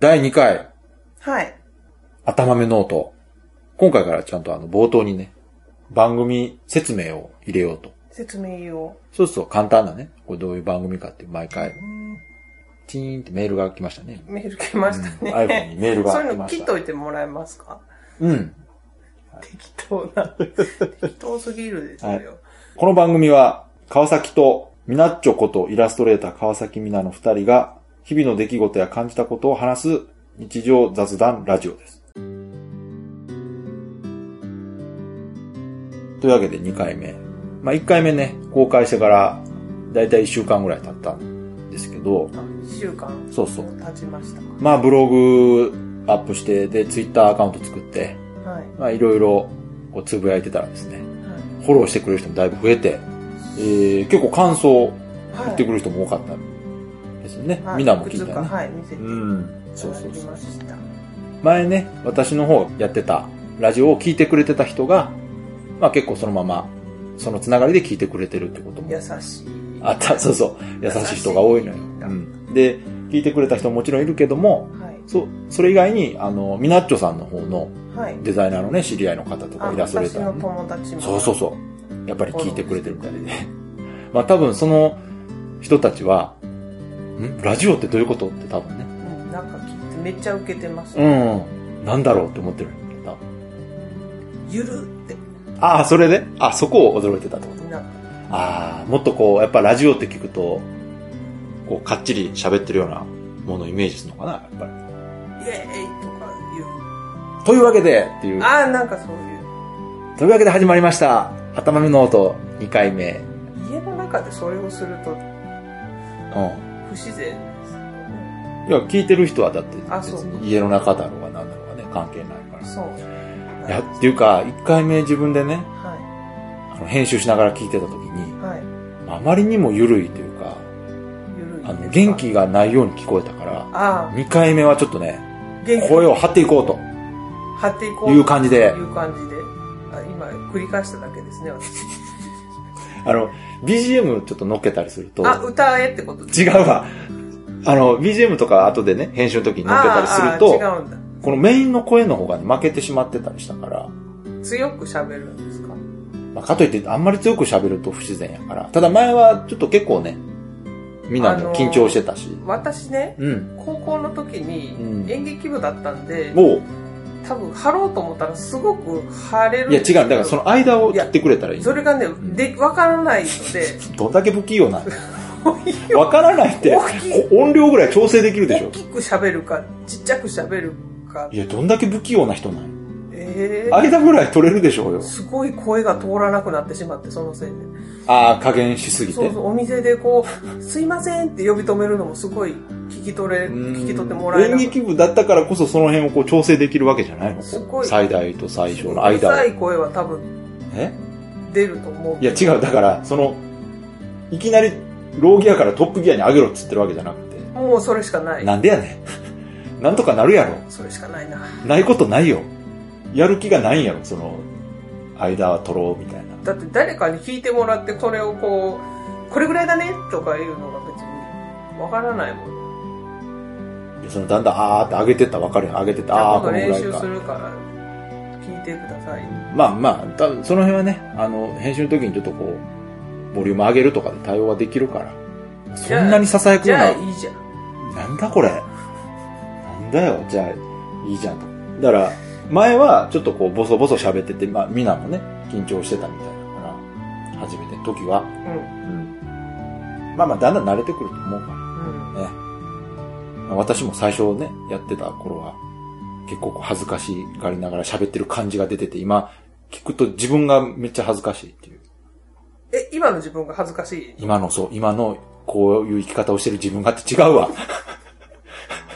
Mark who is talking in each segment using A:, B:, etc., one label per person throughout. A: 第2回、
B: はい。
A: 頭目ノート。今回からちゃんとあの、冒頭にね、番組説明を入れようと。
B: 説明を。
A: そうすると簡単なね、これどういう番組かっていう毎回、チーンってメールが来ましたね。
B: メール来ましたね。
A: うん iPhone にメ ールが
B: そういう
A: 来ま
B: の
A: した
B: 切っといてもらえますか
A: うん。
B: 適当な。 適当すぎるでしょうよ。
A: この番組は、川崎とミナッチョことイラストレーター川崎ミナの二人が、日々の出来事や感じたことを話す日常雑談ラジオです。というわけで2回目。まあ、1回目ね、公開してから、だいたい1週間ぐらい経ったんですけど、
B: あ一週間。
A: そうそう
B: 経ちました
A: まあ、ブログアップして、で、ツイッターアカウント作って、
B: か。はい。
A: まあ、いろいろ、こう、つぶやいてたらですね、
B: は
A: フォローしてくれる人もだいぶ増えて、えー、結構感想
B: い。
A: 言ってくる人も多かったですよね。
B: はい
A: みんなも聞いたよね。
B: はい、見せていた
A: うん。そうそう
B: だき
A: そう。
B: ました。
A: 前ね、私の方やってたラジオを聞いてくれてた人が、まあ結構そのまま、そのつながりで聞いてくれてるってことも
B: 優しい。
A: あった、そうそう、優しい人が多いのよ。
B: 優しいんだ
A: うんで、聞いてくれた人ももちろんいるけども、
B: はい。
A: そ、それ以外に、あの、ミナッチョさんの方の
B: はい。
A: デザイナーのね、知り合いの方と
B: あ
A: かイラストレー
B: 私
A: ターの
B: の
A: ね
B: 友達も。
A: そうそうそう。やっぱり聞いてくれてるみたいで。 まあ多分その人たちは、んラジオってどういうことって多分ね。
B: うん。なんか聞いて、めっちゃ受けてます。
A: うん。なんだろうって思ってるんだ。多分
B: ゆるって。
A: ああ、それであ、そこを驚いてたってこと。
B: みんな、
A: ああ、もっとこう、やっぱラジオって聞くと、こう、かっちり喋ってるようなものをイメージするのかな、やっぱり。
B: イエーイとか言う。
A: というわけでっていう。
B: ああ、なんかそういう。
A: というわけで始まりました。頭のノート2回目。
B: 家の中でそれをすると
A: うん。
B: 不自然ですよね。
A: いや、聞いてる人はだって、
B: あそう
A: 別に家の中だろうが何だろうがね、関係ないから。
B: そう。
A: いや、っていうか、一回目自分でね、
B: は
A: あの、編集しながら聞いてた時
B: い。
A: に、
B: はい。
A: あまりにも緩いというか、
B: ゆるいですか。
A: あの、元気がないように聞こえたから、
B: あ
A: 二回目はちょっとね、
B: あ、元気。
A: 声を張っていこうと
B: 張っていこう。
A: いう感じで
B: いう感じで。あ今、繰り返しただけですね、私。
A: あの、BGM ちょっと乗っけたりすると、
B: あ、歌えってこと
A: 違うわ。あの、BGM とか後でね、編集の時に乗っけたりする
B: あ
A: と、
B: ーあー違うんだ。
A: このメインの声の方がね、負けてしまってたりしたから、
B: 強く喋るんですか
A: まあ、かといって、あんまり強く喋ると不自然やから。ただ前は、ちょっと結構ね、みんなも緊張してたし。
B: 私ね、
A: うん。
B: 高校の時
A: うん
B: に演劇部だったんで、
A: も
B: 多分張ろうと思ったらすごく張れる
A: う、いや違う。だからその間を切ってくれたらいい。
B: それがね、で、わからないの で、
A: どんだけ不器用なんだよわからないって、お音量ぐらい調整できるでし
B: 大
A: ょ。
B: きく喋るか、ちっちゃく喋るか
A: い、や、どんだけ不器用な人なの
B: ええ
A: 間ぐらい取れるでしょうよ。
B: すごい声が通らなくなってしまって、そのせい
A: ああ、加減しすぎ
B: で。
A: て。
B: そうそう、お店でこう、すいませんって呼び止めるのもすごい聞き取れ、
A: うん
B: 聞き取ってもらえ
A: 演
B: なくて。
A: 劇部だったからこそその辺をこう調整できるわけじゃないの
B: すごい
A: 最大と最小の
B: うる
A: 間を
B: さ。い声は多分
A: え
B: 出ると思う。
A: いや違う、だから、その、いきなり、ローギアからトップギアに上げろっつってるわけじゃなくて、
B: もうそれしかない。
A: なんでやねん。 なんとかなるやろ。
B: それしかないな。
A: ないことないよ。やる気がないんやろ、その、間は取ろうみたいな。
B: だって誰かに聞いてもらって、それをこう、これぐらいだねとかいうのが別にわからないもん。
A: でその、だんだん、あーって上げてったら分かるやん。上げてった、あー
B: 今
A: この
B: 度
A: ぐ
B: 練
A: らい
B: 習す
A: か。
B: るから、聞いてください。
A: まあまあ、多分その辺はね、あの、編集の時にちょっとこう、ボリューム上げるとかで対応はできるから。そ
B: じゃあ
A: んなに囁く
B: じ
A: よう
B: ゃあ
A: ない
B: いじゃん。
A: なんだこれ。なんだよ、じゃあ、いいじゃんと。だから、前はちょっとこう、ボソボソ喋ってて、まあ、みんなもね、緊張してたみたいだから、初めての時は。
B: うん。
A: まあまあ、だんだん慣れてくると思うから
B: うん。
A: ね。まあ私も最初ね、やってた頃は、結構こう恥ずかしがりながら喋ってる感じが出てて、今、聞くと自分がめっちゃ恥ずかしいっていう。
B: え、今の自分が恥ずかしい。
A: 今の、そう、今の、こういう生き方をしてる自分がって違うわ。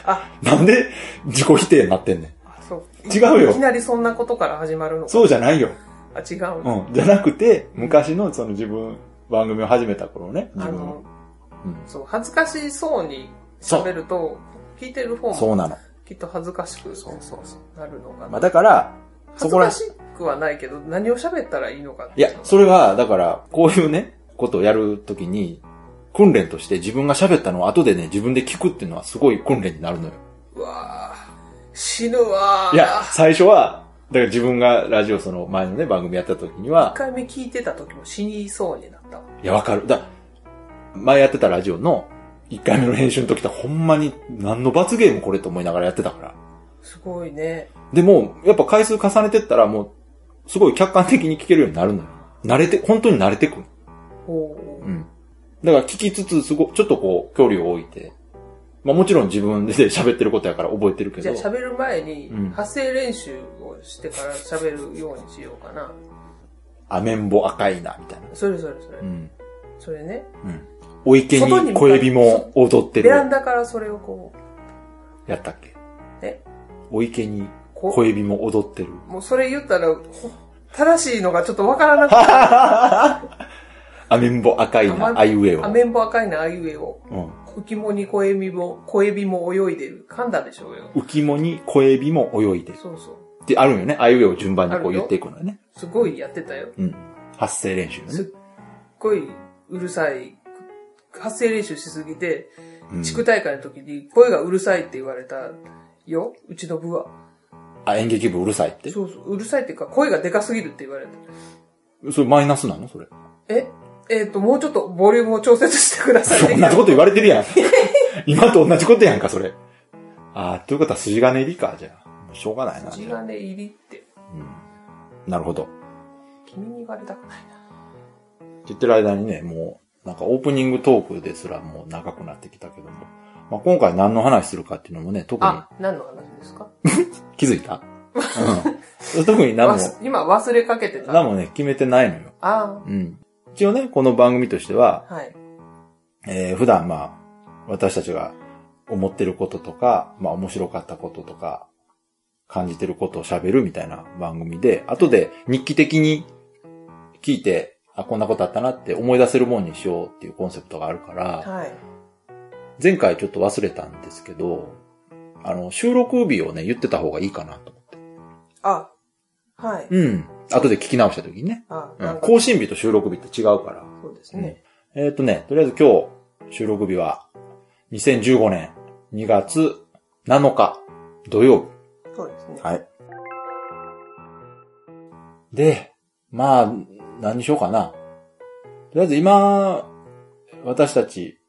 B: あ、
A: なんで自己否定になってんねん。
B: あそう。
A: 違うよ
B: いきなりそんなことから始まるのか。
A: そうじゃないよ。
B: あ、違うの。
A: うん。じゃなくて、昔のその自分、番組を始めた頃ね。
B: あ
A: 自分
B: の、
A: うん
B: そう、恥ずかしそうに喋ると、聞いてる方
A: そう
B: も
A: なの。
B: きっと恥ずかしく
A: そうそうそ
B: なるのか
A: まあ
B: な。
A: だから、そ
B: 恥ず
A: こら
B: か、しくはないけど、何を喋ったらいいのかって
A: いや、それは、だから、こういうね、ことをやるときに、訓練として自分が喋ったのを後でね、自分で聞くっていうのはすごい訓練になるのよ。
B: うわぁ、死ぬわぁ。
A: いや、最初は、だから自分がラジオその前のね、番組やった時には
B: 一、回目聞いてた時も死にそうになったわ。
A: いや、わかる。だ、前やってたラジオの1回目の編集の時ってほんまに何の罰ゲームこれと思いながらやってたから。
B: すごいね。
A: でも、やっぱ回数重ねてったらもう、すごい客観的に聞けるようになるのよ。慣れて、本当に慣れてくる。
B: お
A: う
B: ー
A: ん。だから聞きつつ、すご、ちょっとこう、距離を置いて、まあもちろん自分で 喋ってることやから覚えてるけ
B: じゃ
A: ど
B: あ、喋る前に
A: うん、
B: 発声練習をしてから喋るようにしようかな。
A: アメンボ赤いな、みたいな。
B: それそれそれ
A: う。ん。
B: それね。
A: うん。お池に小指も踊って
B: ベラン
A: る。
B: ダからそれをこ
A: やったっけ
B: え
A: お池に
B: う、
A: 小
B: こ
A: 指も踊ってる。
B: う、もうそれ言ったら、ほ正しいのがちょっとわからなくて、
A: アメンボ赤いな、 あいうえ
B: ア
A: は。
B: メンボ赤いなあいうえを。
A: うん。
B: 浮もに小エビも、小エビも泳いでる。噛んだでしょうよ。
A: 浮もに小指も泳いでる。
B: そうそう。
A: ってあるんよね。あいうえを順番にこ
B: あ
A: う
B: るよ
A: 言っていくのよね。
B: すごいやってたよ。
A: うん。発声練習
B: す
A: ね
B: っ。ごいうるさい。発声練習しすぎて、
A: うん
B: 地区大会の時に声がうるさいって言われたよ。うちの部は。
A: あ、演劇部うるさいって。
B: そうそう。うるさいっていうか、声がでかすぎるって言われた。
A: それマイナスなのそれ。
B: ええっ、と、もうちょっとボリュームを調節してください
A: そ
B: ね。
A: んな こと言われてるやん。 今と同じことやんか、それ。あー、ということは筋金入りか、じゃあ。もうしょうがないな。
B: 地金入りって、
A: なるほど。
B: 君に言われたくないな。
A: って言ってる間にね、もう、なんかオープニングトークですらもう長くなってきたけども。まあ、今回何の話するかっていうのもね、特に
B: あ、何の話ですか
A: 気づい た、うん、特に何も、
B: 忘今忘れかけてた。
A: 何もね、決めてないのよ。
B: あ
A: うん。一応ね、この番組としては、
B: あ、はい。
A: えー普段まあ、私たちが思ってることとか、まあ面白かったこととか、感じてることを喋るみたいな番組で、後で日記的に聞いて、あ、こんなことあったなって思い出せるもんにしようっていうコンセプトがあるから、
B: はい。
A: 前回ちょっと忘れたんですけど、あの、収録日をね、言ってた方がいいかなと思って。
B: あ、はい。
A: うん。後で聞き直した時にね。
B: あ、
A: う
B: なん
A: ん。
B: か
A: 更新日と収録日って違うから。
B: そうですね。
A: えっ、とね、とりあえず今日、収録日は、2015年2月7日、土曜
B: そうですね
A: 日。。はい。で、まあ、何にしようかな。とりあえず今、私たち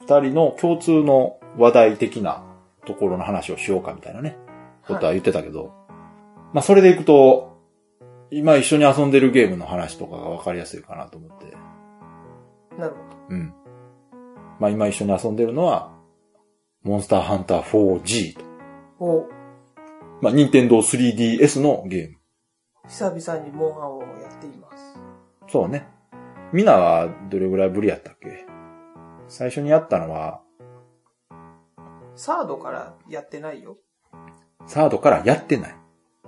A: 二人の共通の話題的なところの話をしようかみたいなね、ことは言ってたけど、まあそれでいくと、今一緒に遊んでるゲームの話とかがわかりやすいかなと思って。
B: なるほ
A: うん。まあ今一緒に遊んでるのは、モンスターハンター 4G と。
B: ど。お、
A: まあ任天堂 3DS のゲーム。
B: 久々にモンハンをやっています。
A: そうね。みんなはどれぐらいぶりやったっけ最初にやったのは、
B: サードからやってないよ。
A: サードからやってない。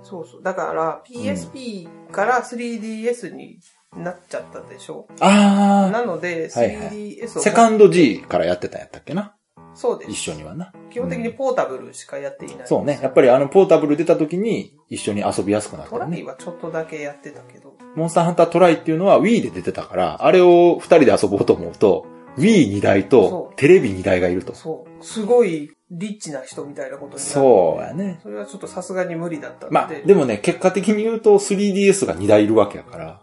B: そうそう。だから、PSP から 3DS になっちゃったでしょ。
A: あ
B: なので、
A: はいはい
B: 3DS
A: ー、
B: を、
A: セカンド G からやってたんやったっけな
B: そうで
A: 一
B: す。
A: 緒にはな。
B: 基本的にポータブルしかやっていない。
A: そうね。やっぱりあのポータブル出た時に一緒に遊びやすくなった
B: ト
A: よ
B: ライ
A: ね。
B: はちょっとだけやってたけど。
A: モンスターハンタートライっていうのは Wii で出てたから、あれを二人で遊ぼうと思うと、Wii2 台と
B: そう
A: テレビ2台がいると。
B: そう。すごい、リッチな人みたいなことになる
A: そうやね。
B: それはちょっとさすがに無理だった
A: まあ、
B: ので。
A: でもね、結果的に言うと 3DS が2台いるわけや から、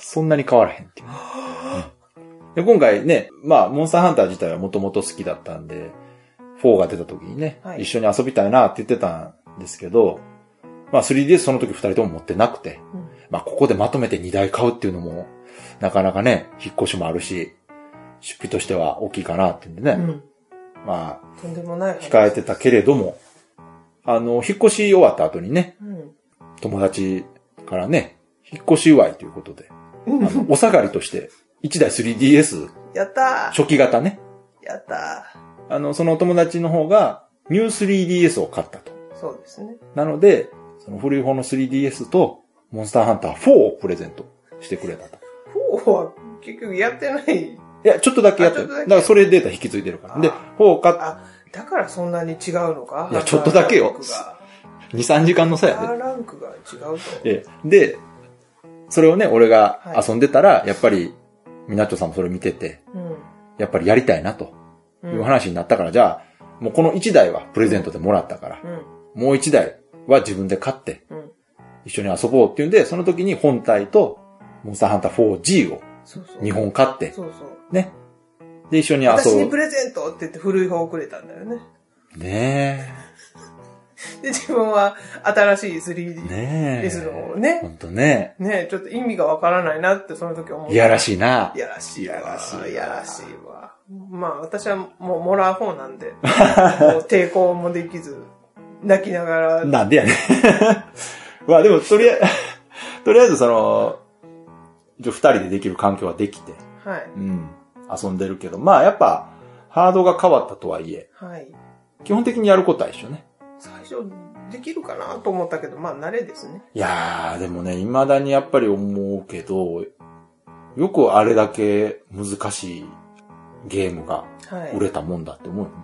A: そんなに変わらへんっていうね。で、今回ね、まあ、モンスターハンター自体はもともと好きだったんで、4が出た時にね、
B: はい
A: 一緒に遊びたいなって言ってたんですけど、まあ 3DS その時2人とも持ってなくて、
B: うん
A: まあここでまとめて2台買うっていうのも、なかなかね、引っ越しもあるし、出費としては大きいかなってんでね、
B: うん。
A: まあ、
B: とんでもない話。
A: 控えてたけれども、あの、引っ越し終わった後にね、
B: うん。
A: 友達からね、引っ越し祝いということで、あのお下がりとして、1台 3DS
B: やった
A: 初期型ね、
B: ーやった
A: あの、その友達の方が、ニュー 3DS を買ったと。
B: ーそうですね。
A: なので、その古い方の 3DS と、モンスターハンター4をプレゼントしてくれたと。
B: 4は結局やってない。
A: いや、ちょっとだけやって
B: あ
A: る。
B: ちょっ
A: だ
B: とだ
A: か
B: け
A: らそれデータ引き継いでるから。で、
B: あ
A: 4買っ
B: あ、だからそんなに違うのか
A: いやちょっとだけよ2、3時間の差やで。
B: R ランクが違うと。
A: ええで、それをね、俺が
B: はい
A: 遊んでたら、やっぱり、みなっちょさんもそれ見てて、
B: うん。
A: やっぱりやりたいなと
B: う
A: いうん話になったから、じゃあ、もうこの1台はプレゼントでもらったから、
B: うん。
A: もう1台は自分で買って、
B: うん。
A: 一緒に遊ぼうっていうんで、その時に本体と、モンスターハンター 4G を
B: そうそう。
A: 2本買って、
B: そうそう。
A: ね。で、一緒に遊
B: 私に
A: ぶ
B: プ。レゼントって言って古い方をくれたんだよね。
A: ね
B: で、自分は新しい
A: え。
B: 3DS
A: ねえ。
B: のね
A: ほ、んとね。
B: ね、ちょっと意味がわからないなってその時思った。
A: いやらしいな。
B: いやらしい
A: い
B: わ。
A: やらしいわ
B: いやらしいわ。まあ私はもうもらう方な んで、もう抵抗もできず、泣きながら、
A: なんでやねん。 まあでも、とりあえ ず、とりあえずその、一応二人でできる環境はできて、
B: はい。
A: うん、遊んでるけど、まあやっぱ、ハードが変わったとはいえ、
B: はい。
A: 基本的にやることは一緒ね。
B: 最初できるかなと思ったけど、まあ慣れですね。
A: いやー、でもね、未だにやっぱり思うけど、よくあれだけ難しいゲームが
B: は
A: 売れ
B: い。
A: たもんだって思うよね。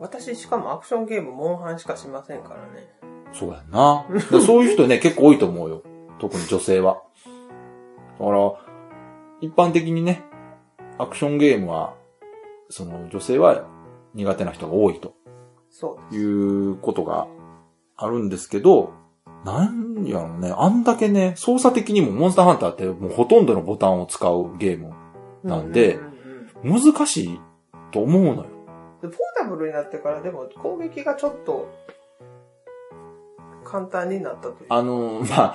B: 私しかもアクションゲーム、モンハンしかしませんからね。
A: そうやんな。だからそういう人ね、結構多いと思うよ。特に女性は。だから、一般的にね、アクションゲームは、その女性は苦手な人が多いと
B: そう
A: いうことがあるんですけど、なんやろね、あんだけね、操作的にもモンスターハンターってもうほとんどのボタンを使うゲーム、なんで
B: うううんうん
A: 難しいと思うのよ。
B: でポータブルになってからでも攻撃がちょっと簡単になったというか。
A: あの、まあ、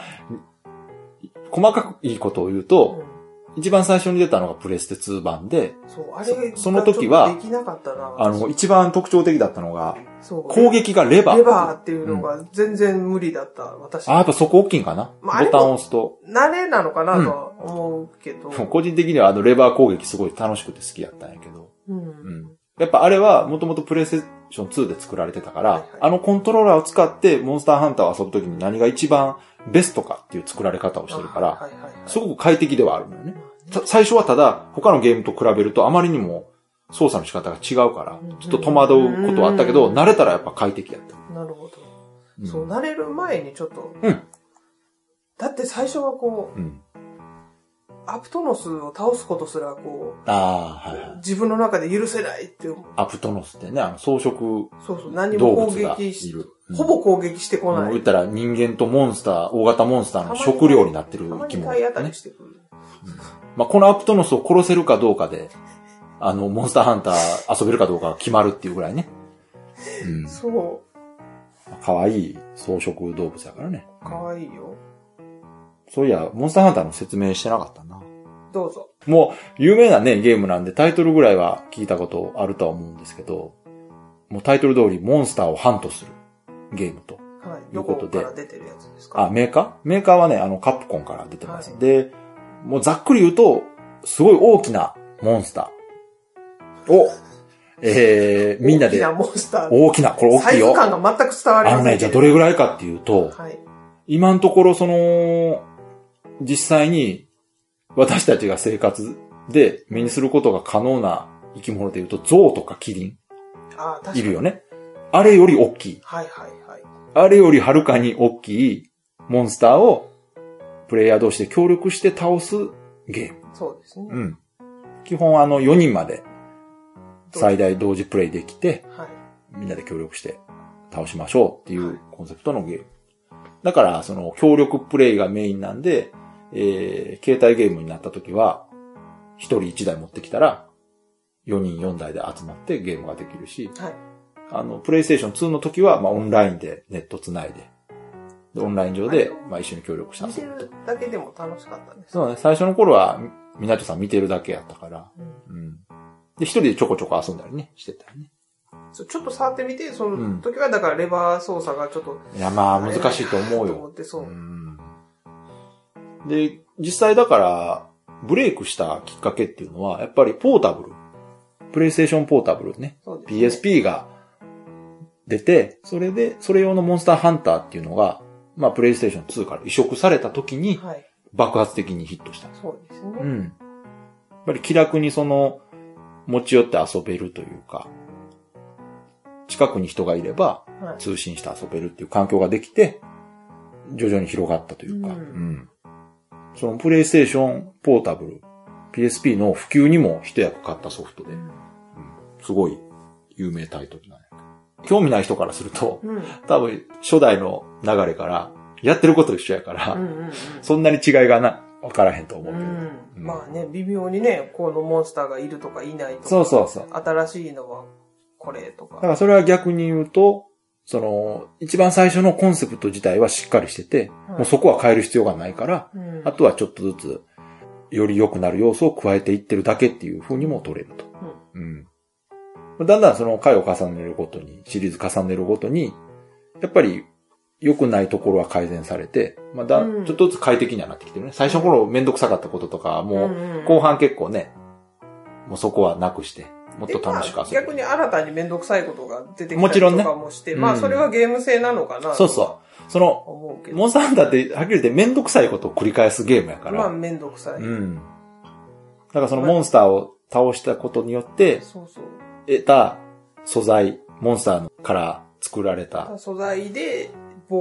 A: 細かくいいことを言うと、
B: うん
A: 一番最初に出たのがプレステ2版で、
B: そう、あれがちょっと
A: その時は
B: できなかったな。
A: あの、一番特徴的だったのが、
B: そう
A: 攻撃がレバー。
B: レバーっていうのが全然無理だった、私。
A: あ、やっぱそこ大きいんかな。
B: まああれ
A: ボ
B: も
A: タンを押すと。
B: 慣れなのかなとは思うけど。
A: 個人的にはあのレバー攻撃すごい楽しくて好きやったんやけど。
B: うん。
A: うん。やっぱあれはもともとプレイステーション2で作られてたから、
B: はいはい
A: あのコントローラーを使ってモンスターハンターを遊ぶときに何が一番ベストかっていう作られ方をしてるから、
B: あはいはいはい、
A: すごく快適ではあるのよね。
B: まあ
A: た最初はただ他のゲームと比べるとあまりにも操作の仕方が違うから
B: うん、
A: ちょっと戸惑うことはあったけど、
B: うん
A: 慣れたらやっぱ快適やった。
B: ねなるほど。
A: ん
B: そう、慣れる前にちょっと。
A: うん
B: だって最初はこう、
A: うん。
B: アプトノスを倒すことすらこ
A: ああ、はいは
B: う
A: い、。
B: 自分の中で許せないって思う。
A: アプトノスってね、あの装飾
B: そうそう、何
A: 動
B: も攻
A: 物がい
B: 撃し、
A: る。うん
B: ほぼ攻撃してこ
A: もう
B: ない。
A: 言ったら人間とモンスター、大型モンスターの食料になってる
B: たま
A: 生き
B: に
A: 物、
B: 体当た
A: ね
B: り。してくる。
A: まあ、このアプトノスを殺せるかどうかで、あの、モンスターハンター遊べるかどうかが決まるっていうぐらいね。うん。
B: そ
A: 可愛い草食動物やからね。
B: う、かわいいよ。
A: そういや、モンスターハンターの説明してなかったな。
B: どうぞ。
A: もう、有名なね、ゲームなんでタイトルぐらいは聞いたことあるとは思うんですけど、もうタイトル通りモンスターをハントするゲームと。
B: はい。
A: い
B: ど
A: うこ
B: こと
A: で
B: から出てるやつですか
A: あ、メーカーメーカーはね、あの、カプコンから出てます。
B: はい
A: で、もうざっくり言うと、すごい大きなモンスターを、えー、みんな
B: 大き
A: で
B: な、モンスター。
A: 大きな、これ大
B: サ
A: きい
B: イズ
A: よ。
B: 感が全く伝わり
A: あ
B: ませ
A: の
B: んけ
A: ね、じゃあどれぐらいかっていうと、
B: はい。
A: 今のところその、実際に私たちが生活で目にすることが可能な生き物で言うと、象とかキリン
B: あ、確かに。
A: いるよね。あれより大きい。
B: はいはいはい。
A: あれよりはるかに大きいモンスターをプレイヤー同士で協力して倒すゲーム。
B: そうですね。
A: うん。基本あの4人まで最大同時プレイできて、
B: はい。
A: みんなで協力して倒しましょうっていうコンセプトのゲーム。だから、その協力プレイがメインなんで、えー、携帯ゲームになった時は、一人一台持ってきたら、4人4台で集まってゲームができるし、
B: はい。
A: あの、プレイステーション2の時は、まあ、オンラインでネット繋いで、で、オンライン上で、まあ、一緒に協力した
B: 見てるだけでも楽しかったです。
A: そうね、最初の頃は、みなとさん見てるだけやったから、
B: うん
A: うん。で、一人でちょこちょこ遊んだりね、してたよね。
B: そうちょっと触ってみて、そ
A: うん
B: の時はだからレバー操作がちょっと、
A: いや、まあ、難しいと思う
B: と
A: よ
B: 思。って、そう。
A: うんで、実際だから、ブレイクしたきっかけっていうのは、やっぱりポータブル。プレイステーションポータブルね。
B: そうですね。
A: PSP が出て、それで、それ用のモンスターハンターっていうのが、まあ、プレイステーション2から移植された時に
B: はい。
A: 爆発的にヒットしたんです。
B: そうですね。
A: うん。やっぱり気楽にその、持ち寄って遊べるというか、近くに人がいれば、
B: はい。
A: 通信して遊べるっていう環境ができて、徐々に広がったというか、
B: うん
A: うんそのプレイステーションポータブル、PSP の普及にも一役買ったソフトで、
B: うん
A: すごい有名タイトルなんやけど興味ない人からすると、
B: うん。
A: 多分、初代の流れから、やってること一緒やから、
B: うんうんうん。
A: そんなに違いがな、わからへんと思う
B: う
A: けど。
B: ん。まあね、微妙にね、このモンスターがいるとかいないとか。
A: そうそうそう。
B: 新しいのはこれと
A: だか
B: か。
A: らそれは逆に言うと、その、一番最初のコンセプト自体はしっかりしてて、
B: は
A: も
B: い
A: うそこは変える必要がないから、
B: うん
A: あとはちょっとずつ、より良くなる要素を加えていってるだけっていう風にも取れると。うん。だんだんその回を重ねるごとに、シリーズ重ねるごとに、やっぱり良くないところは改善されて、まあだ、
B: うん
A: ちょっとずつ快適にはなってきてるね。最初の頃めんどくさかったこととか、もう、
B: んん
A: 後半結構ね、もうそこはなくして、もっと楽しく遊ぶ。
B: でまあ逆に新たに面倒くさいことが出てき
A: も
B: た
A: ち
B: り
A: ろんね
B: とかもして、
A: うん
B: まあそれはゲーム性なのかな
A: そう
B: と
A: そう。その、
B: 思うけど。
A: モンスターハンターって、はっきり言ってめんどくさいことを繰り返すゲームやから。
B: まあ面倒くさい。
A: うん。だからそのモンスターを倒したことによって、
B: そうそう。
A: 得た素材、モンスターから作られた。
B: 素材で防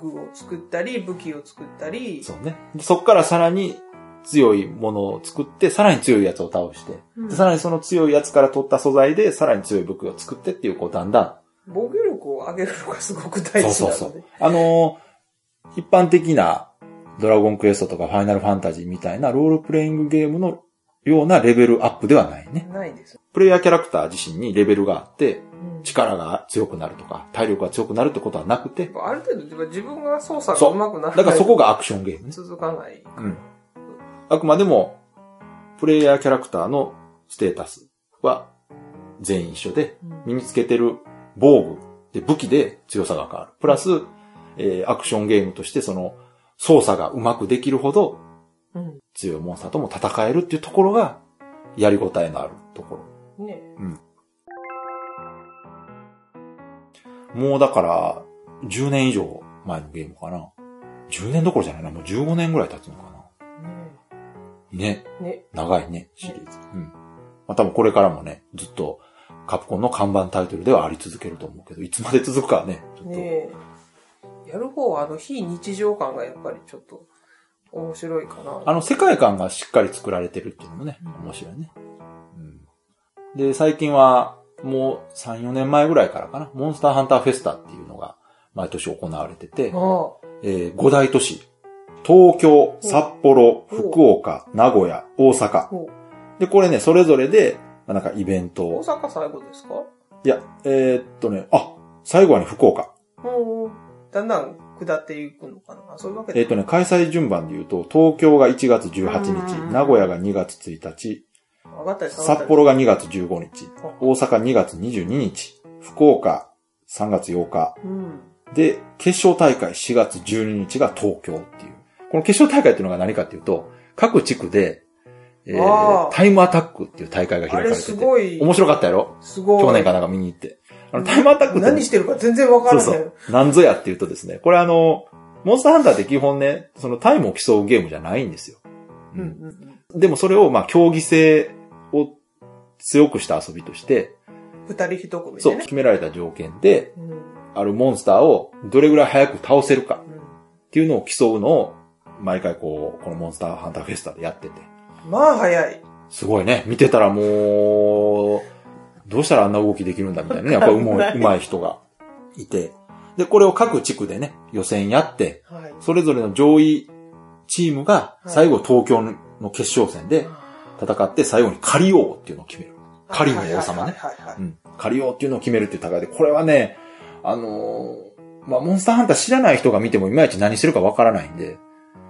B: 具を作ったり、武器を作ったり、
A: そうね。でそっからさらに強いものを作って、さらに強いやつを倒して、
B: うん
A: でさらにその強いやつから取った素材で、さらに強い武器を作ってっていう、こう、だんだん
B: 防御力を上げるのがすごく大事なので。
A: そうそうそうあのー一般的なドラゴンクエストとかファイナルファンタジーみたいなロールプレイングゲームのようなレベルアップではないね。
B: ないです。
A: プレイヤーキャラクター自身にレベルがあって、
B: うん
A: 力が強くなるとか、体力が強くなるってことはなくて
B: やっ、ぱある程度自分が操作
A: そ
B: が
A: う
B: 上手くな
A: だ
B: ら
A: か
B: ない
A: らそ
B: と
A: こがアクションゲームね。
B: 続かない。
A: うん。あくまでも、プレイヤーキャラクターのステータスは全員一緒で、身につけてる防具で武器で強さが変わる。プラス、えーアクションゲームとしてその操作がうまくできるほど
B: うん
A: 強いモンスターとも戦えるっていうところがやりごたえのあるところ。
B: ね。
A: もうだから10年以上前のゲームかな。10年どころじゃないな。もう15年ぐらい経つのかな。ね。
B: ねね。
A: 長いね、シリーズ。うん。まあ多分これからもね、ずっとカプコンの看板タイトルではあり続けると思うけど、いつまで続くかはね、ちょっと。
B: ねえ。やる方はあの非日常感がやっぱりちょっと面白いかな。
A: あの、世界観がしっかり作られてるっていうのもね、
B: うん
A: 面白いね。うん、で、最近は、もう3、4年前ぐらいからかな、モンスターハンターフェスタっていうのが、毎年行われてて、
B: ああ
A: え5大都市。東京、札幌、
B: うん
A: 福岡、名古屋、大阪。
B: も
A: で、これね、それぞれで、なんかイベント
B: う大
A: を。
B: 阪最後ですか
A: いや、えーっとね、あ、最後はね、福岡。
B: うんうん。だんだん下っていくのかな。そういうわけ
A: えーっとね、開催順番で言うと、東京が1月18
B: うん
A: 日、名古屋が2月1日、
B: 上がったり下がった
A: 札
B: り。
A: 幌が2月15日
B: あ、
A: 大阪2月22日、福岡3月8日、
B: うん。
A: で、決勝大会4月12日が東京っていう。この決勝大会っていうのが何かっていうと、各地区で、えー
B: あー
A: タイムアタックっていう大会が
B: あ
A: 開かれ
B: れ
A: てて
B: す、ごい。
A: 面白かったやろ
B: すごい。
A: 去年かなんか見に行って。あの、タイムアタックって、
B: 何してるか全然わか
A: そ
B: ら
A: う
B: ない。
A: そう。なんぞやっていうとですね、これあの、モンスターハンターって基本ね、そのタイムを競うゲームじゃないんですよ。
B: うんうん
A: でもそれをまあ競技性を強くした遊びとして、
B: うん。二人一組
A: そう、
B: でね。
A: 決められた条件で、
B: うんうん
A: あるモンスターをどれぐらい早く倒せるかっていうのを競うのを、毎回こう、このモンスターハンターフェスタでやってて。
B: まあ早い。
A: すごいね。見てたらもう、どうしたらあんな動きできるんだみたいなね。やっぱ うまい、うまい人がいて。で、これを各地区でね、予選やって、
B: はい。
A: それぞれの上位チームが最後東京の決勝戦で戦って最後に仮王っていうのを決める。狩りの王様ね
B: はいはいはいはいは
A: う
B: い。
A: ん。借りようっていうのを決めるっていう高いで、これはね、あのーまあ、モンスターハンター知らない人が見てもいまいち何してるかわからないんで、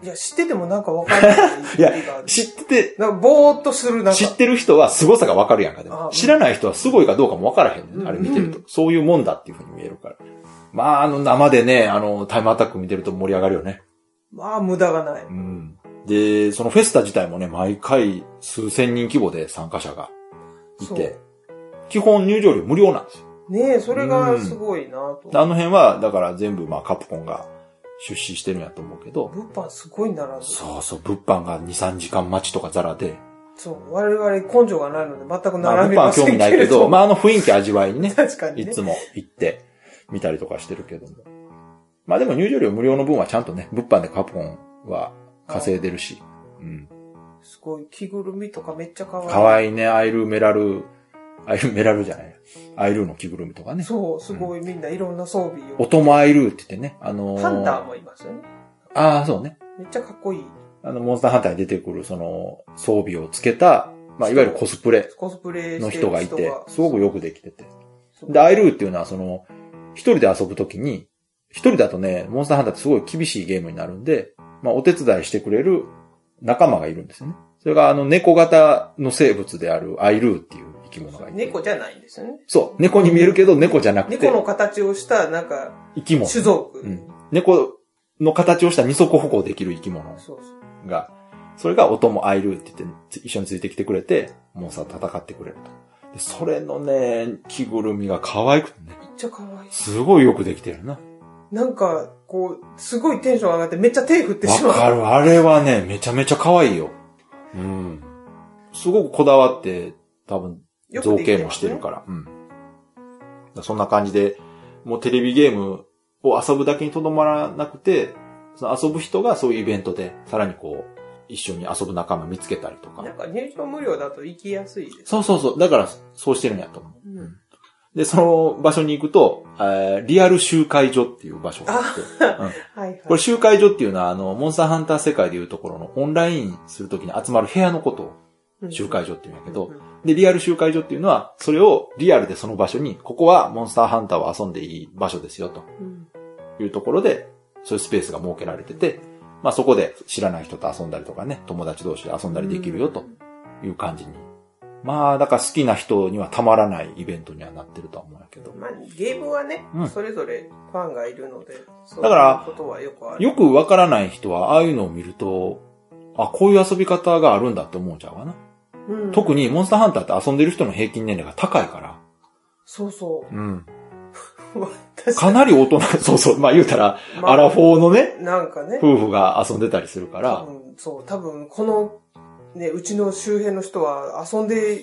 B: いや、知っててもなんかわからない時
A: いや
B: がある。
A: 知って
B: なんかぼーっとする
A: て、
B: なん
A: 知っ
B: か。
A: てる人は凄さがわかるやんかで
B: あ
A: も
B: うん
A: 知らない人はすごいかどうかもわからへんね、あれ見てると、
B: う
A: そういうもんだっていうふうに見えるから。まあ、あの生でね、あの、タイムアタック見てると盛り上がるよね。
B: まあ無駄がない。
A: うん。で、そのフェスタ自体もね、毎回数千人規模で参加者がい
B: そう
A: て、基本入場料無料なんですよ。
B: ねえ、それがすごいなと。
A: あの辺は、だから全部まあカプコンが出資してるんやと思うけど、
B: 物販すごいんだなと。
A: そうそう、物販が2、3時間待ちとかザラで、
B: そう。我々根性がないので全く
A: まあ
B: 並
A: 物販
B: びま
A: は興
B: せ
A: 味
B: ん
A: ない
B: け
A: け
B: れ
A: ど、
B: ど。、
A: まああの雰囲気味わいにね
B: 確かに
A: い
B: ね
A: つ。も行って、見たりとかしてるけども。まあでも入場料無料の分はちゃんとね、物販でカプコンは稼いでるし、うん。
B: すごい着ぐるみとかめっちゃ可愛い。
A: 可愛いね、アイル、メラル、アイル、メラルじゃない。アイルーの着ぐるみとかね。
B: そう、すごいみんないろんな装備を。
A: 音もアイルーって言ってね。あの
B: ハンター
A: ー
B: もいますよね。
A: ああ、そうね。
B: めっちゃかっこいい。
A: あの、モンスターハンターに出てくる、その、装備をつけた、まあ、いわゆるコスプレ
B: コスプレして
A: の
B: る
A: 人がいて
B: が、
A: すごくよくできてて。
B: すごい
A: で、アイルーっていうのは、その、一人で遊ぶときに、一人だとね、モンスターハンターってすごい厳しいゲームになるんで、まあ、お手伝いしてくれる仲間がいるんですよね。それが、あの、猫型の生物であるアイルーっていう生き物がいて。
B: 猫じゃないんですよね。
A: そう。猫に見えるけど、猫じゃなくて
B: 猫、の形をした、なんか、
A: 生き物。
B: 種族。
A: うん猫の形をした二足歩行できる生き物
B: そうそう。
A: が、それが音もアイルーって言って、一緒についてきてくれて、モンスターと戦ってくれると。で、それのね、着ぐるみが可愛くてね、
B: めっちゃ可愛い。
A: すごいよくできてるな。
B: なんか、こう、すごいテンション上がってめっちゃ手振ってし
A: わ
B: ま
A: か
B: う。
A: る。あれはね、めちゃめちゃ可愛いよ。うん。すごくこだわって、多分、
B: よく
A: 造
B: できて
A: 形
B: ますね
A: もしてるから。うん。だからそんな感じで、もうテレビゲームを遊ぶだけにとどまらなくて、その遊ぶ人がそういうイベントで、さらにこう、一緒に遊ぶ仲間見つけたりとか
B: な。んか入場無料だと行きやすいです。
A: そうそうそう。だから、そうしてるんやと思
B: うん
A: んう。で、その場所に行くと、えーリアル集会所っていう場所があって、
B: はいはい。
A: これ集会所っていうのは、あの、モンスターハンター世界でいうところのオンラインするときに集まる部屋のこと
B: うん
A: を集会所っていうんやけど
B: う、ん
A: で、リアル集会所っていうのは、それをリアルでその場所に、ここはモンスターハンターを遊んでいい場所ですよ、と
B: うん
A: いうところで、そういうスペースが設けられてて、まあそこで知らない人と遊んだりとかね、友達同士で遊んだりできるよ、という感じに。まあ、だから好きな人にはたまらないイベントにはなってるとは思うんやけど。
B: まあ、ゲームはね、
A: うん
B: それぞれファンがいるので、そう
A: だから
B: いうことはよくある。
A: よくわからない人は、ああいうのを見ると、あ、こういう遊び方があるんだって思うんちゃうかな。
B: うん
A: 特にモンスターハンターって遊んでる人の平均年齢が高いから。
B: そうそ
A: うん。
B: う。私
A: かなり大人、そうそう。まあ言うたら、
B: まあ
A: アラフォーのね、
B: なんかね、
A: 夫婦が遊んでたりするか
B: 多
A: ら、
B: 分そう、多分この、ね、うちの周辺の人は遊んで、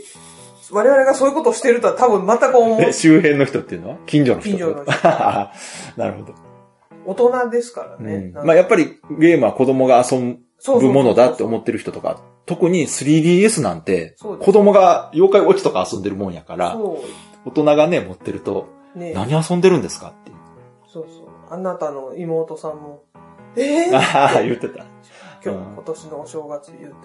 B: 我々がそういうことをしてるとは多分全く思う
A: え、周辺の人っていうのは近所の人。
B: 近所の人
A: なるほど。
B: 大人ですから
A: う
B: ね。
A: ん、
B: なんか
A: まあやっぱりゲームは子供が遊ぶ
B: そうそう
A: ものだって思ってる人とか、特に 3DS なんて、
B: そうです
A: 子供が妖怪ウォッチとか遊んでるもんやから、
B: そ
A: 大人がね、持ってると、
B: う。ね。
A: 何遊んでるんですかっていう。
B: そうそう。あなたの妹さんも、えー、
A: ああ、言ってた。
B: 今日
A: うん
B: 今年のお正月言うて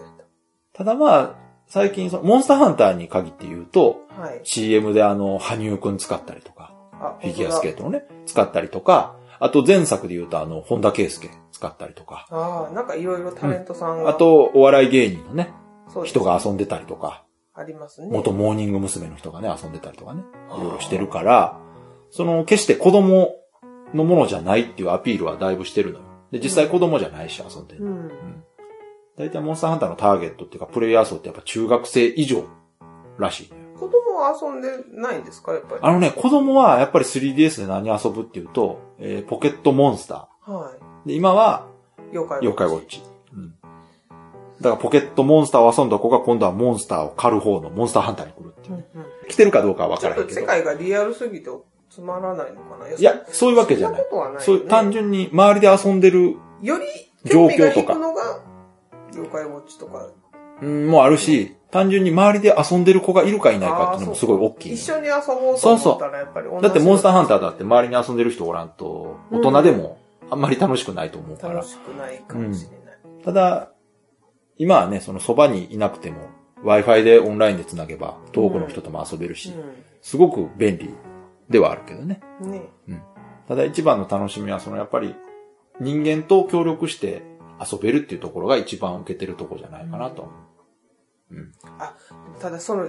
A: ただまあ、最近その、モンスターハンターに限って言うと、
B: た。はい。
A: CM であの、羽生くん使ったりとか、
B: あ
A: フィギュアスケ
B: ー
A: ートのね、使ったりとか、あと前作で言うとあの、本田圭佑使ったりとか、
B: ト。ああ、なんかいろいろタレントさんが、
A: あと、お笑い芸人のね、
B: そうです
A: 人が遊んでたりとか、
B: ありますね。
A: 元モーニング娘。の人がね、遊んでたりとかね、いろいろしてるから、その、決して子供のものじゃないっていうアピールはだいぶしてるのよ。で、実際子供じゃないし、遊んでる
B: う。ん。
A: 大体モンスターハンターのターゲットっていうか、プレイヤー層ってやっぱ中学生以上らしいのよ。
B: 子供は遊んでないんですかやっぱり。
A: あのね、子供はやっぱり 3DS で何遊ぶっていうと、えーポケットモンスタ
B: は
A: ー。で、今は、
B: い。妖怪
A: 妖怪ウォッチ。うん。だからポケットモンスターを遊んだ子が今度はモンスターを狩る方のモンスターハンターに来るっていうう。
B: んうん
A: 来てるかどうかは分
B: ち
A: か
B: ょっ
A: らへん
B: と
A: けど。
B: 世界がリアルすぎてつまらないのかない
A: いや、そういうわけじゃない。
B: そんなことはないよね
A: そういう単純に周りで遊んでる、
B: より興味が
A: 状況
B: い
A: とか
B: くのが、妖怪ウォッチとか。
A: うんもあるし、単純に周りで遊んでる子がいるかいないかっていうのもすごい大きい。
B: 一緒に遊ぼうと思ったらやっぱり同じ
A: だってモンスターハンターだって周りに遊んでる人おらんと、大人でもあんまり楽しくないと思うから。
B: 楽しくないかもしれない。
A: ただ、今はね、そのそばにいなくても、Wi-Fi でオンラインでつなげば、遠くの人とも遊べるし、すごく便利ではあるけどね。
B: うん。ね。
A: ただ一番の楽しみは、そのやっぱり人間と協力して遊べるっていうところが一番受けてるところじゃないかなと。
B: ただその、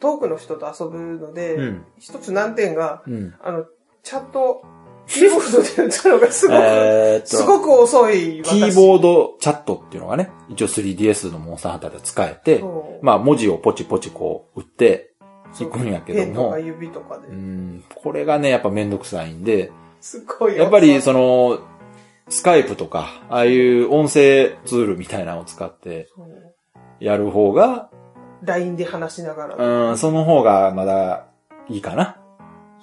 B: 遠くの人と遊ぶので、
A: うん
B: 一つ難点が、
A: うん。
B: あの、チャット、キーボードで打つのがすご く、
A: えーっと
B: すごく遅い
A: キーボードチャットっていうのがね、一応 3DS のモンスターハンターで使えて、
B: そう
A: まあ文字をポチポチこう打っていくんやけど
B: ペンと
A: も
B: か、指とかで
A: う。ん、これがね、やっぱめんどくさいんで、
B: すご い。
A: やっぱり、その、スカイプとか、ああいう音声ツールみたいなのを使って
B: そう
A: やる方が、
B: LINE で話しながら。
A: うん、その方がまだいいかな。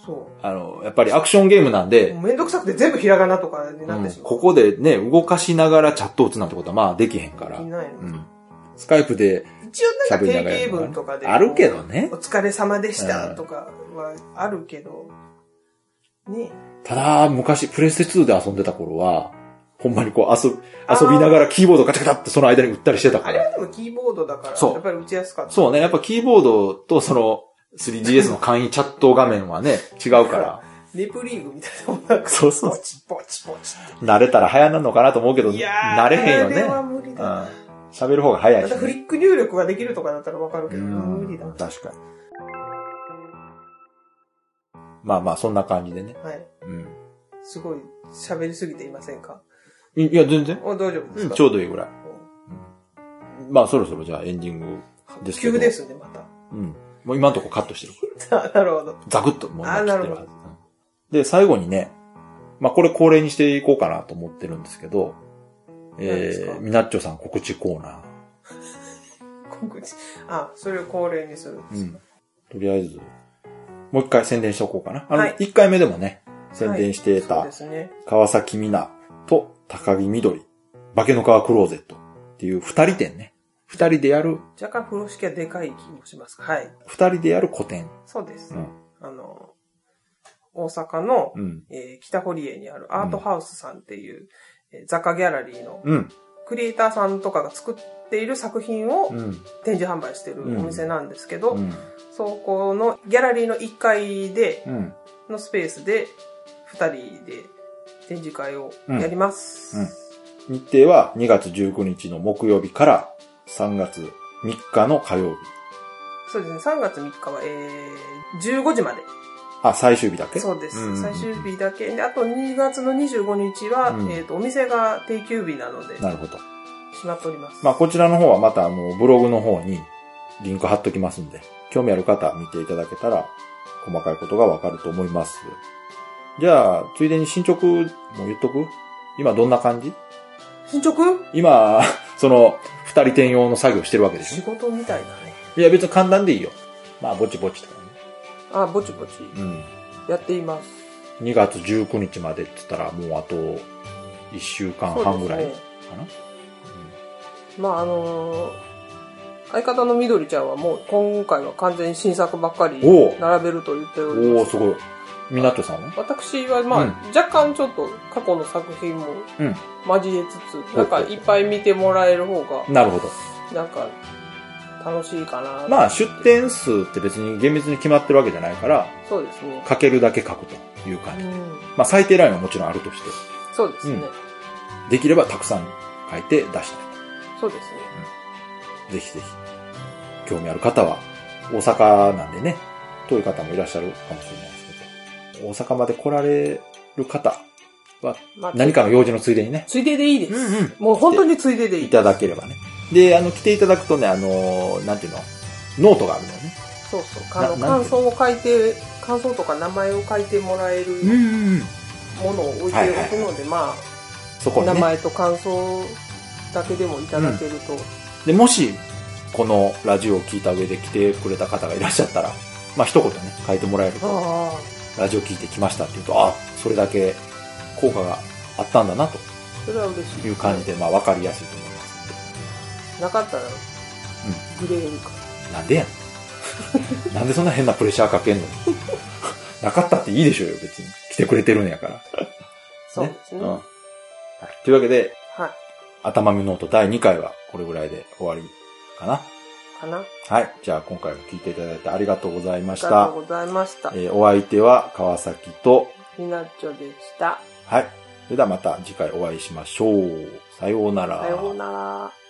B: そ
A: あの、やっぱりアクションゲームなん
B: う。
A: で、
B: もうめんどくさくて全部ひらがなとかにな
A: う
B: って
A: ん
B: しまう。
A: ここでね、動かしながらチャット打つなんてことはまあできへんから
B: い。ないの。
A: うん。スカイプで
B: 一応なんか
A: 喋りな
B: 定
A: がらや
B: 型
A: るの
B: 文とかで。
A: あるけどね
B: お。疲れ様でし
A: うん
B: たとかはあるけど、ね
A: ただ、昔、プレステ2で遊んでた頃は、ほんまにこう遊び、
B: あー
A: 遊びながらキーボードガタガタってその間に打ったりしてたか
B: あれは
A: ら。
B: でもキーボードだから、
A: そう
B: やっぱり打ちやすかった。
A: そうね、やっぱキーボードとその 3DS の簡易チャット画面はね、違う から。
B: レプリーグみたいなもんなんか、
A: そうそう
B: ポチポチポチ。
A: 慣れたら早なんのかなと思うけど、
B: いやー、
A: 慣れへんよ
B: あれ
A: ね。
B: は無理
A: うん
B: だな。
A: 喋る方が早い
B: た
A: し
B: だフリ
A: ね。
B: ック入力ができるとかだったらわかるけ
A: う
B: ど、無理だ。
A: ん、確かに。まあまあ、そんな感じでね。
B: はい。
A: うん。
B: すごい喋りすぎていませんか
A: いいや、全然。
B: お大丈夫で
A: う
B: す
A: ん、
B: か、
A: ちょうどいいぐらい。まあ、そろそろじゃあエンディング。ですけど
B: 急ですね、また。
A: うん。もう今んとこカットしてるから。
B: あ なるほど。
A: ザクッともう今
B: あ
A: 切
B: な
A: っ
B: る
A: てる
B: ほ
A: は
B: ど
A: ず。うんで、最後にね、まあこれ恒例にしていこうかなと思ってるんですけど、
B: 何です
A: え
B: か
A: ー、みなっちょさん告知コーナ
B: 告知。あ、それを恒例にするん
A: ー。
B: で
A: う
B: す
A: ん
B: か。。
A: とりあえず、もう一回宣伝しておこうかな。あ
B: は
A: の、
B: い
A: 一回目でもね、宣伝して
B: そう
A: た
B: で、すね。
A: 川崎みなと高木みどり、化けの皮クローゼットっていう二人展ね。二人でやる、
B: 若干風呂敷はでかい気もしますがはい。
A: 二人でやる個展。
B: そうです。
A: うん
B: あの、大阪の、
A: うん。
B: えー北堀江にあるアートハウスさんっていう、えー雑貨ギャラリーの
A: うん。
B: クリエイターさんとかが作っている作品を
A: うん。
B: 展示販売してるお店なんですけど、
A: うん。
B: そこのギャラリーの1階で、
A: うん。
B: のスペースで、2人で展示会をやります。
A: うんうん日程は2月19日の木曜日から3月3日の火曜日。
B: そうですね、3月3日は、えー、15時まで。
A: あ、最終日だけ
B: そうです、
A: ん
B: 最終日だけ。で、あと2月の25日は、
A: うん
B: えっ、と、お店が定休日なので、
A: なるほど。
B: 閉まっております。
A: まあ、こちらの方はまた、あの、ブログの方にリンク貼っときますんで、興味ある方見ていただけたら、細かいことがわかると思います。じゃあ、ついでに進捗も言っとく今どんな感じ
B: 進捗
A: 今、 その、二人転用の作業してるわけでし
B: 仕事みたいだね。
A: ょいや、別に簡単でいいよ。まあ、ぼちぼちとかね。
B: あ、ぼちぼち
A: うん。
B: やっています。
A: 2月19日までって言ったら、もうあと1週間半ぐらい
B: そう
A: か
B: ですね
A: な。
B: まああのー相方のみどりちゃんはもう今回は完全に新作ばっかり
A: おう
B: 並べると言っており
A: お
B: ま
A: おー
B: す。
A: すごい。みなとさんは
B: 私はまあ、
A: うん
B: 若干ちょっと過去の作品も
A: うん
B: 交えつつ、なんかいっぱい見てもらえる方が、
A: なるほど。
B: なんか楽しいかな。
A: まあ、出店数って別に厳密に決まってるわけじゃないから、
B: そうですね。
A: 書けるだけ書くという感
B: う
A: じ。
B: ん、
A: まあ、最低ラインはもちろんあるとして、
B: そうですね、
A: うんできればたくさん書いて出したい
B: そうですね。
A: と。ぜひぜひ。興味ある方は、大阪なんでね、遠い方もいらっしゃるかもしれないですけど、大阪まで来られる方は、
B: まあ、
A: 何かの用事のついでにね、
B: ついででいいです。
A: んうん
B: もう本当についででいい。
A: いただければね。で、あの、来ていただくとね、あの、なんていうの、ノートがあるのよね。
B: そうそう。あの
A: ななん
B: 感
A: て
B: 想を書いて、感想とか名前を書いてもらえる。
A: んうん。
B: ものを置いておくので、ま
A: そ
B: あ、
A: こに
B: 名
A: ね。
B: 前と感想だけでもいただけると、
A: で、もし、このラジオを聞いた上で来てくれた方がいらっしゃったら、まあ一言ね、書いてもらえると、
B: あ
A: ラジオ聞いてきましたって言うと、あ、それだけ効果があったんだなと
B: あ、それは嬉しい。
A: いう感じで、まあわかりやすいと思います。
B: なかったら、グレールか。
A: なんでやねん。 なんでそんな変なプレッシャーかけんの なかったっていいでしょうよ、別に。来てくれてるんやから。
B: そうですね。
A: うん。は
B: はい
A: というわけで、
B: い。
A: 頭見ノート第2回はこれぐらいで終わりかな。
B: かな。あ
A: はい。じゃあ今回も聞いていただいてありがとうございま
B: り
A: し
B: がと
A: た
B: う。ございました。
A: えーお相手は川崎と、
B: ひなっちょでした。
A: はい。それではまた次回お会いしましょう。さようなら。
B: さようなら。